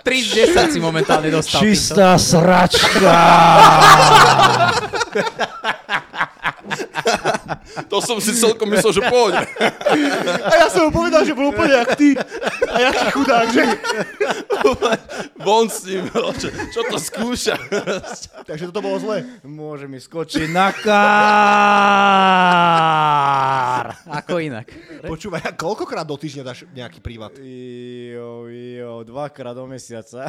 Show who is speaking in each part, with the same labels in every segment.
Speaker 1: 3,10 si momentálne dostal. týmto.
Speaker 2: Čistá sračka.
Speaker 3: To som si celkom myslel, že poď.
Speaker 4: A ja som mu povedal, že bol úplne jak ty. A jaký chudák, že?
Speaker 3: Von s ním. no, Čo, čo to skúša?
Speaker 4: Takže toto bolo zle.
Speaker 2: Môže mi skočiť na kár.
Speaker 1: Ako inak.
Speaker 4: Počúvaj, a koľkokrát do týždňa dáš nejaký prívat?
Speaker 2: Jo, jo, dvakrát do mesiaca.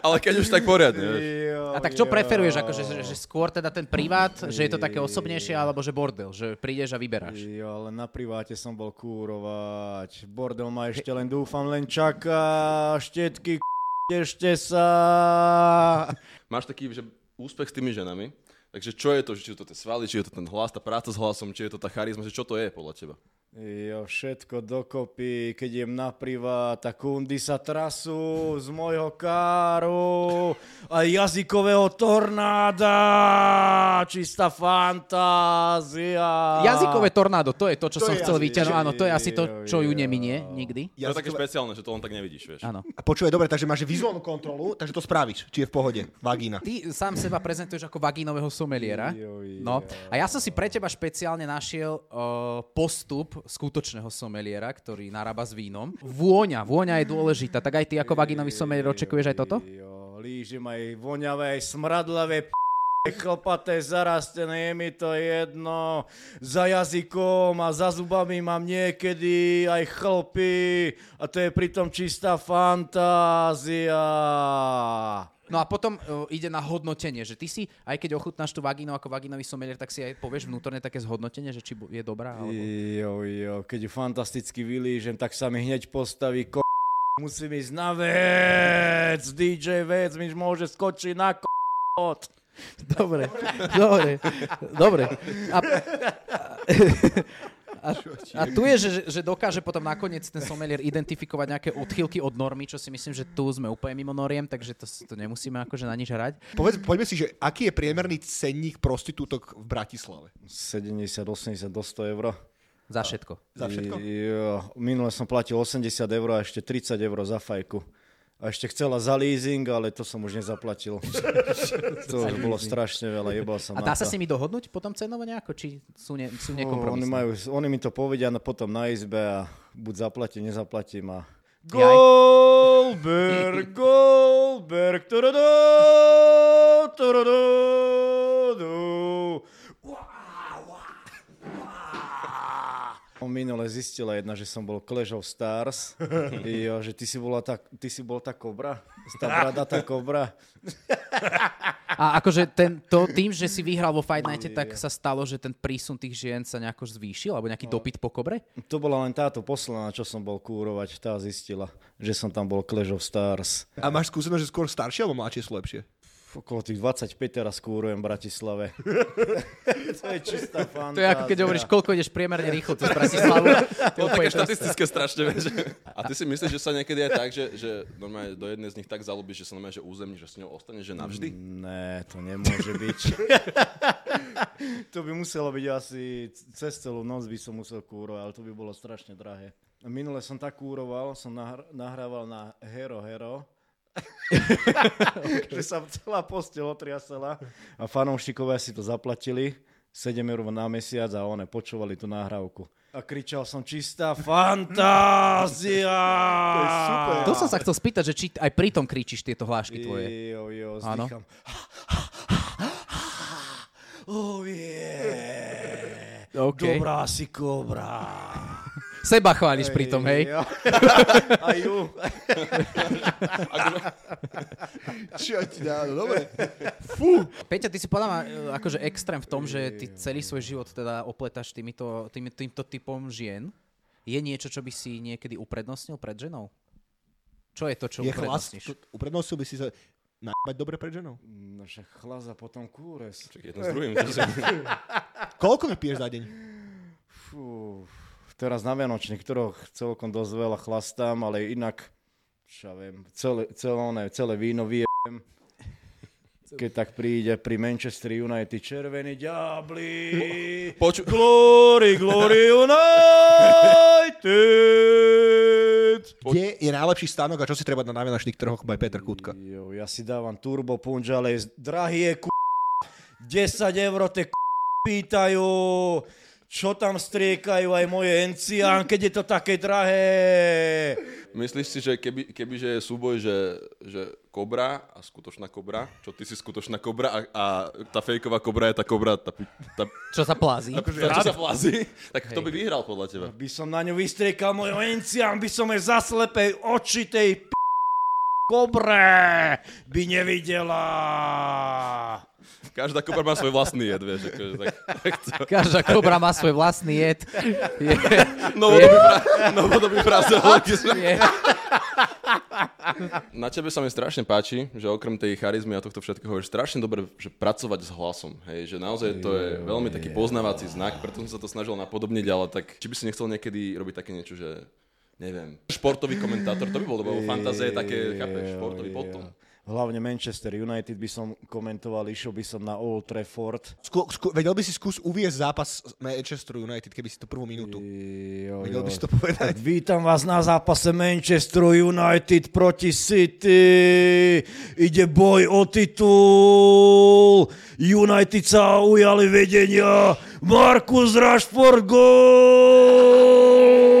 Speaker 3: Ale keď už tak poriadne. vieš.
Speaker 1: A tak čo preferuješ? Akože, že, že skôr teda ten privát, že je to také osobnejšie, alebo že bordel, že prídeš a vyberáš.
Speaker 2: Jo, ale na priváte som bol kúrovač. Bordel ma ešte len dúfam, len čaká. Štetky, k***, ešte sa.
Speaker 3: Máš taký že úspech s tými ženami. Takže čo je to, že či sú to tie svaly, či je to ten hlas, tá práca s hlasom, či je to tá charizma, že čo to je podľa teba?
Speaker 2: Jo, všetko dokopy, keď jem na privát a kundy sa trasú z mojho káru a jazykového tornáda, čistá fantázia.
Speaker 1: Jazykové tornádo, to je to, čo
Speaker 4: To
Speaker 1: som
Speaker 4: je
Speaker 1: chcel
Speaker 4: jazyk-
Speaker 1: vyťahnuť. Áno, to je asi to, čo ju
Speaker 2: Jo, jo.
Speaker 1: neminie nikdy.
Speaker 3: Ja to je také špeciálne, že to len tak nevidíš, vieš.
Speaker 1: Áno.
Speaker 4: A počúvaj, dobre, takže máš vizuálnu kontrolu, takže to spravíš, či je v pohode, vagína.
Speaker 1: Ty sám seba prezentuješ ako vagínového someliera.
Speaker 2: Joj,
Speaker 1: No. A ja som si pre teba špeciálne našiel uh, postup skutočného someliera, ktorý narába s vínom. Vôňa, vôňa je dôležitá. Tak aj ty ako vagínový somelier očakuješ aj toto?
Speaker 2: Jo, lížim aj voňavé, aj smradlavé, p***, chlpaté, zarastené, je mi to jedno. Za jazykom a za zubami mám niekedy aj chlpy a to je pritom čistá fantázia.
Speaker 1: No a potom uh, ide na hodnotenie, že ty si, aj keď ochutnáš tú vagínu ako vagínový somelier, tak si aj povieš vnútorne také zhodnotenie, že či bu- je dobrá alebo...
Speaker 2: Jo, jo, keď ju fantasticky vylížem, tak sa mi hneď postaví ko... Musím ísť na vec, DJ vec mi môže skočiť na ko...
Speaker 1: Dobre, dobre, dobre. A, a, a tu je, že, že dokáže potom nakoniec ten somelier identifikovať nejaké odchýlky od normy, čo si myslím, že tu sme úplne mimo noriem, takže to, s- to nemusíme akože na nič hrať.
Speaker 4: Povedz, poďme si, že aký je priemerný cenník prostitútok v Bratislave?
Speaker 2: 70, 80, do 100 eur.
Speaker 1: Za všetko.
Speaker 4: Za všetko?
Speaker 2: Jo, minule som platil 80 eur a ešte 30 eur za fajku. A ešte chcela za leasing, ale to som už nezaplatil. to už bolo strašne veľa, jebal som
Speaker 1: A
Speaker 2: na
Speaker 1: dá sa
Speaker 2: to. No,
Speaker 1: s nimi dohodnúť potom cenovo nejako, či sú, ne, sú
Speaker 2: Oni,
Speaker 1: nekompromisní?
Speaker 2: majú, oni mi to povedia na, potom na izbe a buď zaplatím, nezaplatím a...
Speaker 1: Jaj.
Speaker 2: Goldberg, Goldberg, turudu, turudu, du. Uá, uá, uá. Minule zistila jedna, že som bol Clash of Stars. Jo, že ty si, bola tá, ty si bol tá kobra. Tá brada, tá kobra.
Speaker 1: A akože ten, to, tým, že si vyhral vo Fight Nighte, tak sa stalo, že ten prísun tých žien sa nejako zvýšil, alebo nejaký dopyt po kobre?
Speaker 2: To bola len táto posledná, čo som bol kúrovať. Tá zistila, že som tam bol Clash of Stars.
Speaker 4: A máš skúsenosť, že skôr staršie alebo mladšie sú lepšie?
Speaker 2: Okolo tých 25 teraz kúrujem v Bratislave. to je čistá fantázia.
Speaker 1: To je ako keď hovoríš, koľko ideš priemerne rýchlo cez Bratislavu. To je
Speaker 3: To
Speaker 1: úplne
Speaker 3: také
Speaker 1: to-
Speaker 3: štatistické strašne, vieš. A ty si myslíš, že sa niekedy aj tak, že, že normálne do jednej z nich tak zalúbiš, že sa normálne, že územní, že s ňou ostane, že
Speaker 2: Mm.
Speaker 3: navždy?
Speaker 2: Ne, to nemôže byť. to by muselo byť asi cez celú noc by som musel kúrovať, ale to by bolo strašne drahé. Minule som tak kúroval, som nahr- nahrával na Hero Hero, že sa celá postel otriasela a fanoušikovia si to zaplatili 7 eur na mesiac a one počúvali tú nahrávku. A kričal som čistá fantázia! to je super.
Speaker 1: To som sa chcel spýtať, že či aj pritom kričíš tieto hlášky tvoje.
Speaker 2: Jo, jo,
Speaker 1: Áno.
Speaker 2: zdýcham. Oh, yeah.
Speaker 1: OK.
Speaker 2: Dobrá si kobra.
Speaker 1: Seba chváliš pritom, hej?
Speaker 2: Jo. A ju.
Speaker 4: Čo ti dá, no dobre.
Speaker 1: Peťa, ty si podľa ma e, akože extrém v tom, že ty celý svoj život teda opletáš týmito, tým, týmto typom žien. Je niečo, čo by si niekedy uprednostnil pred ženou? Čo je to, čo
Speaker 4: Je chlas,
Speaker 1: uprednostníš?
Speaker 4: tu- uprednostil by si sa najbať dobre pred ženou?
Speaker 2: No však chlasa potom kúres.
Speaker 3: Čak jedno s druhým. čo si-
Speaker 4: Koľko nepiješ za deň?
Speaker 2: Fú. Teraz na Vianočný, ktorého celkom dosť veľa chlastám, ale inak, čo ja viem, celé, celé, oné- celé víno vyjem. Keď tak príde pri Manchester United červený diabli.
Speaker 3: Poču...
Speaker 2: Glory, glory United!
Speaker 4: Kde je najlepší stánok a čo si treba na najviažných trhoch by Peter Kutka?
Speaker 2: Jo, ja si dávam turbo punč, ale z- drahý je k... 10 eur te k... pýtajú, čo tam striekajú aj moje encián, keď je to také drahé.
Speaker 3: Myslíš si, že keby, kebyže je súboj, že, že kobra a skutočná kobra, čo ty si skutočná kobra a, a tá fejková kobra je tá kobra, tá, pi- tá,
Speaker 1: Čo sa plází?
Speaker 3: tá, tá čo sa No. plazí, Akože tak kto by vyhral podľa teba?
Speaker 2: By som na ňu vystriekal moju encián, by som jej zaslepej oči tej p... kobre by nevidela.
Speaker 3: Každá kobra má svoj vlastný jed, vieš. Akože, tak, tak to,
Speaker 1: Každá kobra má svoj vlastný jed. Je,
Speaker 3: novodobý, pra, novodobý frazeologizmus.
Speaker 1: je.
Speaker 3: Na tebe sa mi strašne páči, že okrem tej charizmy a tohto všetkého je strašne dobre že pracovať s hlasom. Hej, že naozaj to je veľmi taký poznávací znak, preto som sa to snažil napodobniť, ale tak či by si nechcel niekedy robiť také niečo, že neviem, športový komentátor, to by bolo, lebo fantazie je také, chápeš, športový potom.
Speaker 2: Hlavne Manchester United by som komentoval, išiel by som na Old Trafford.
Speaker 4: Skú, skú, vedel by si skús uviezť zápas Manchester United, keby si to prvú minútu.
Speaker 2: Jo,
Speaker 4: Vedel by si to povedať?
Speaker 2: Vítam vás na zápase Manchester United proti City. Ide boj o titul. United sa ujali vedenia. Markus Rashford gol!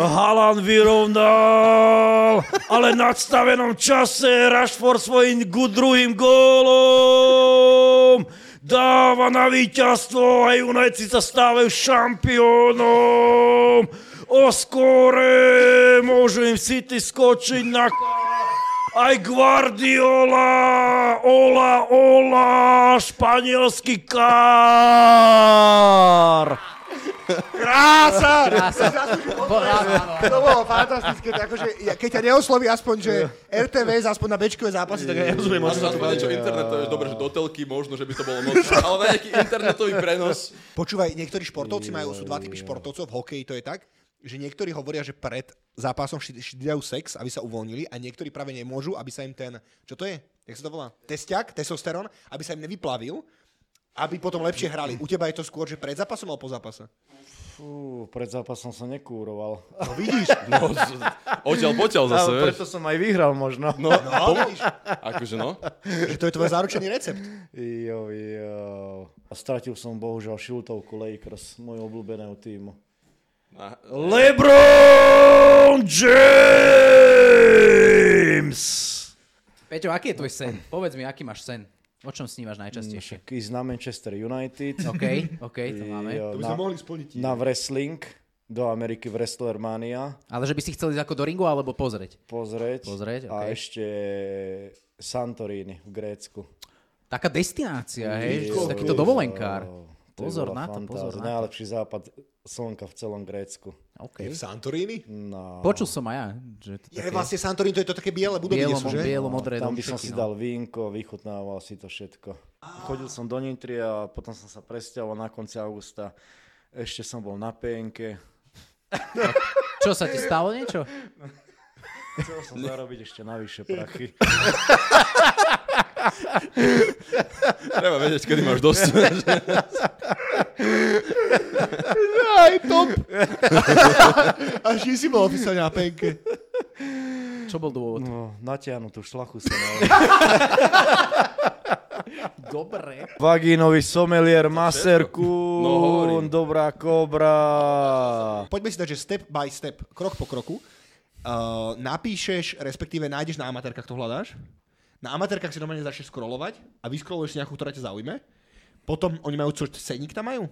Speaker 2: Haaland vyrovnal, ale v nadstavenom čase Rashford svojim gu- druhým gólom dáva na víťazstvo a United sa stávajú šampiónom. O skore môžu im City skočiť na k- aj Guardiola, Ola, Ola, španielský kár.
Speaker 4: Krása!
Speaker 1: Áno,
Speaker 4: To bolo fantastické. Akože, ja- keď ťa neosloví aspoň, že RTVS aspoň na bečkové zápasy, tak ja nerozumiem.
Speaker 3: Možno sa to niečo internetové, že dobre, že do telky možno, že by to bolo moc, ale na nejaký internetový prenos.
Speaker 4: Počúvaj, niektorí športovci majú, sú dva typy športovcov, v hokeji to je tak, že niektorí hovoria, že pred zápasom vždy vždy dajú sex, aby sa uvoľnili a niektorí práve nemôžu, aby sa im ten, čo to je? Jak sa to volá? Testiak, testosterón, aby sa im nevyplavil, aby potom lepšie hrali. U teba je to skôr, že pred zápasom alebo po zápase?
Speaker 2: Fú, pred zápasom som nekúroval.
Speaker 4: No vidíš,
Speaker 3: No, z- odtiaľ potiaľ zase,
Speaker 2: Ale
Speaker 3: vieš.
Speaker 2: preto som aj vyhral možno.
Speaker 3: No,
Speaker 4: no,
Speaker 3: pom-
Speaker 4: vidíš,
Speaker 3: akože no.
Speaker 4: že to je tvoj záručený recept.
Speaker 2: Jo, jo. A stratil som bohužiaľ šiltovku Lakers, môj obľúbeného týmu.
Speaker 3: A-
Speaker 2: LeBron James!
Speaker 1: Peťo, aký je tvoj sen? Povedz mi, aký máš sen? O čom snívaš najčastejšie?
Speaker 2: Však ísť na Manchester United.
Speaker 1: OK, OK, to máme.
Speaker 2: Mm. Jo,
Speaker 4: To by
Speaker 2: na,
Speaker 4: sme mohli splniť.
Speaker 2: na wrestling do Ameriky Wrestlermania
Speaker 1: Ale že by si chcel ísť ako do ringu alebo pozrieť?
Speaker 2: pozrieť.
Speaker 1: Pozrieť,
Speaker 2: A
Speaker 1: okej.
Speaker 2: ešte Santorini v Grécku.
Speaker 1: Taká destinácia, hej? Že si
Speaker 4: Kokos.
Speaker 1: takýto dovolenkár.
Speaker 2: To je No,
Speaker 1: Pozor na
Speaker 2: bola
Speaker 1: to, pozor
Speaker 2: fantáz-
Speaker 1: na to.
Speaker 2: Najlepší západ slnka v celom Grécku.
Speaker 4: Je
Speaker 1: OK.
Speaker 4: v Santorini?
Speaker 2: No.
Speaker 1: Počul som aj ja, že to
Speaker 4: Je
Speaker 1: také
Speaker 4: no, vlastne Santorini, to je to také biele budovy, kde
Speaker 1: bielo,
Speaker 4: sú, že?
Speaker 1: bielo, modré. no.
Speaker 2: Tam by som si dal vínko, vychutnával si to všetko. Chodil som do Nitry a potom som sa presťahol na konci augusta. Ešte som bol na penke.
Speaker 1: Čo, sa ti stalo niečo?
Speaker 2: Chcel som zarobiť ešte navyše prachy.
Speaker 3: Treba vedieť, kedy máš dosť.
Speaker 4: Aj top! Až si bol oficiálne na penke.
Speaker 1: Čo bol dôvod?
Speaker 2: No, natiahnutú šlachu som mal.
Speaker 1: Dobre.
Speaker 2: Vagínový somelier, maserku,
Speaker 3: No, hovorím.
Speaker 2: dobrá kobra.
Speaker 4: Poďme si dať, že step by step, krok po kroku, uh, napíšeš, respektíve nájdeš na amatérkach, to hľadáš. Na amatérkach si normálne začneš scrollovať a vyscrolluješ si nejakú, ktorá ťa zaujme. Potom oni majú, čo, ceník tam majú?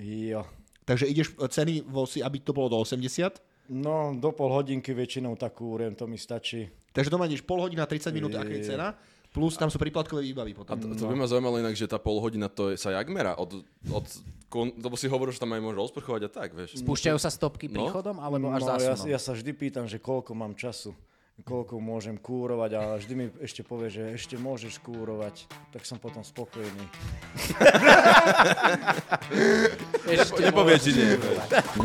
Speaker 2: Jo.
Speaker 4: Takže ideš e, ceny vo si, aby to bolo do 80.
Speaker 2: No, do pol hodinky väčšinou takú úrem, to mi stačí.
Speaker 4: Takže to máš pol hodina, 30 minút, aká je cena. Plus tam sú príplatkové výbavy
Speaker 3: A
Speaker 4: potom.
Speaker 3: to, No to by ma zaujímalo inak, že tá pol hodina to je, sa jak merá? Od, od, kon, lebo si hovoril, že tam aj môže rozprchovať a tak, vieš.
Speaker 1: Púšťajú sa stopky
Speaker 3: No.
Speaker 1: príchodom alebo až
Speaker 2: no, ja,
Speaker 1: zásunom?
Speaker 2: ja sa vždy pýtam, že koľko mám času, koľko môžem kúrovať a vždy mi ešte povie, že ešte môžeš kúrovať, tak som potom spokojný.
Speaker 1: Ešte
Speaker 3: Nepovie ti nie.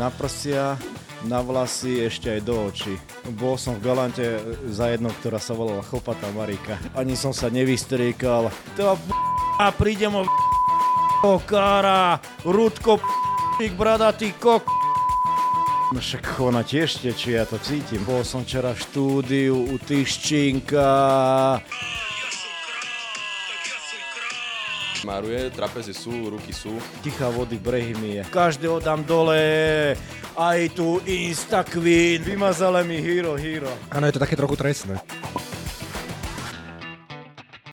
Speaker 2: Na prsia, na vlasy, ešte aj do očí. Bol som v Galante za jednou, ktorá sa volala Chopatá Marika. Ani som sa nevystriekal. To p- a príde mu p- kára, Rudko p- bradatý kok No Však ona tiež tečie, ja to cítim. Bol som včera v štúdiu u Tyščinka.
Speaker 3: Maruje, trapezy sú, ruky sú.
Speaker 2: Tichá vody brehy mi je. Každého dám dole, aj tu Insta Queen. Vymazala mi Hero Hero.
Speaker 4: Áno, je to také trochu trestné.